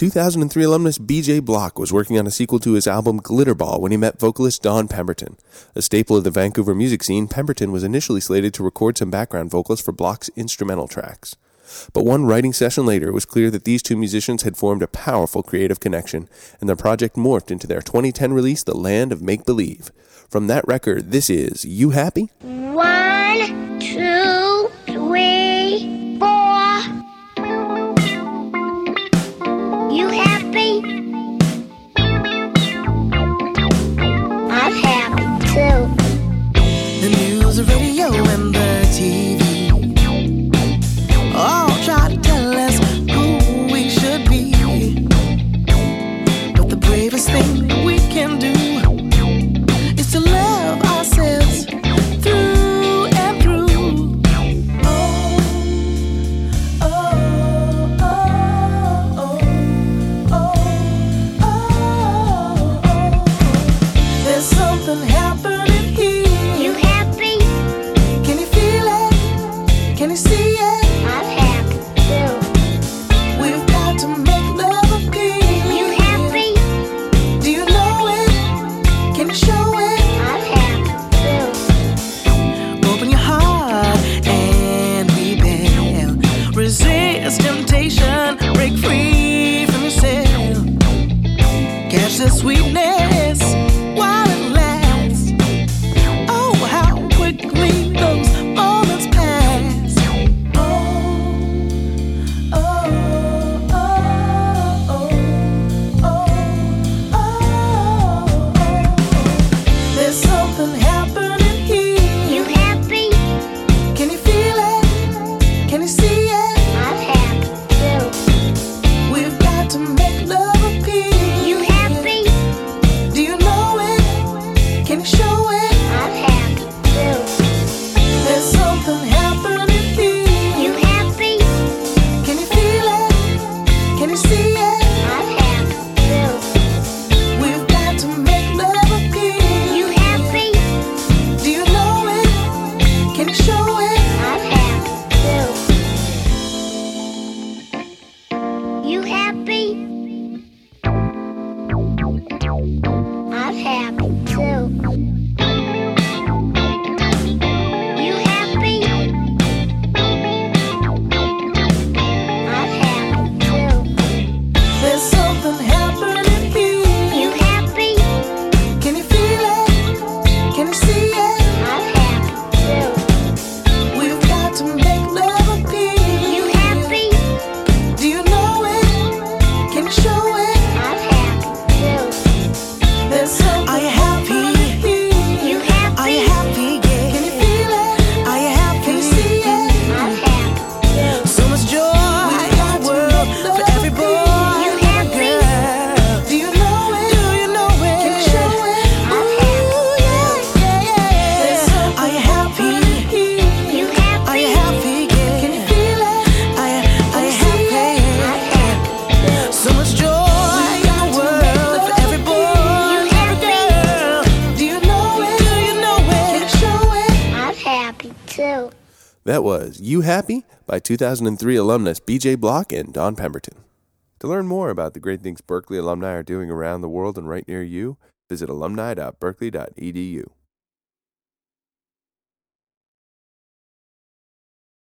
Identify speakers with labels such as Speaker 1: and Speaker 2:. Speaker 1: 2003 alumnus BJ Block was working on a sequel to his album Glitterball when he met vocalist Don Pemberton. A staple of the Vancouver music scene, Pemberton was initially slated to record some background vocals for Block's instrumental tracks. But one writing session later, it was clear that these two musicians had formed a powerful creative connection, and the project morphed into their 2010 release, The Land of Make Believe. From that record, this is You Happy?
Speaker 2: One, two, three, four. You happy? I'm happy too.
Speaker 3: The news, the radio, and the TV all try to tell us who we should be. But the bravest thing we can do is to love ourselves through and through. Oh, oh, oh, oh, oh, oh, oh. There's something happening here.
Speaker 2: You happy?
Speaker 3: Can you feel it? Can you see it?
Speaker 2: I'm happy too.
Speaker 3: We've got to make love appear.
Speaker 2: You happy?
Speaker 3: Do you know it? Can you show it?
Speaker 2: I'm happy too.
Speaker 3: Open your heart and rebel. Resist temptation. Break free from yourself. Catch the sweetness while it lasts. Oh, how quickly those moments pass. Oh, oh, oh, oh, oh, oh, oh. There's something happening
Speaker 2: You
Speaker 3: here.
Speaker 2: happy?
Speaker 3: Can you feel it? Can you see it?
Speaker 2: I'm happy too.
Speaker 3: We've got to make love appear.
Speaker 2: You happy?
Speaker 3: Do you know it? Can you show it?
Speaker 2: I'm happy too.
Speaker 3: There's something happening here.
Speaker 2: You happy?
Speaker 3: Can you feel it? Can you see it?
Speaker 2: I'm happy too.
Speaker 3: We've got to make love appear.
Speaker 2: You happy?
Speaker 3: Do you know it? Can you show it?
Speaker 2: I'm happy too. You happy? I'm happy too. You happy? I'm happy too.
Speaker 3: There's something happening
Speaker 2: You
Speaker 3: here.
Speaker 2: happy?
Speaker 3: Can you feel it? Can you see it?
Speaker 2: I'm happy too.
Speaker 3: We've got to make love appear.
Speaker 2: You happy?
Speaker 3: Do you know it? Can you show it?
Speaker 2: I'm happy too.
Speaker 3: There's something Are you happy?
Speaker 2: You happy?
Speaker 3: Are you happy? Yeah. Can you feel it? Are you happy? Can you see it?
Speaker 2: I'm happy too.
Speaker 3: So much joy in the world for every boy
Speaker 2: You
Speaker 3: and
Speaker 2: happy?
Speaker 3: girl. Do you know it? Do you know it? Can you show it?
Speaker 2: I'm
Speaker 3: Ooh, yeah, yeah, yeah. Are you happy?
Speaker 2: You happy?
Speaker 3: Are you happy? Yeah. Can you feel it? Are you, are you
Speaker 2: I'm
Speaker 3: happy?
Speaker 2: happy too.
Speaker 3: So much joy in the world for every boy,
Speaker 2: You
Speaker 3: every girl. Do you know it? Do you know it? Can you show it?
Speaker 2: I'm happy too.
Speaker 1: That was You Happy by 2003 alumnus BJ Block and Don Pemberton. To learn more about the great things Berkeley E alumni are doing around the world and right near you, visit alumni.berkeley.edu.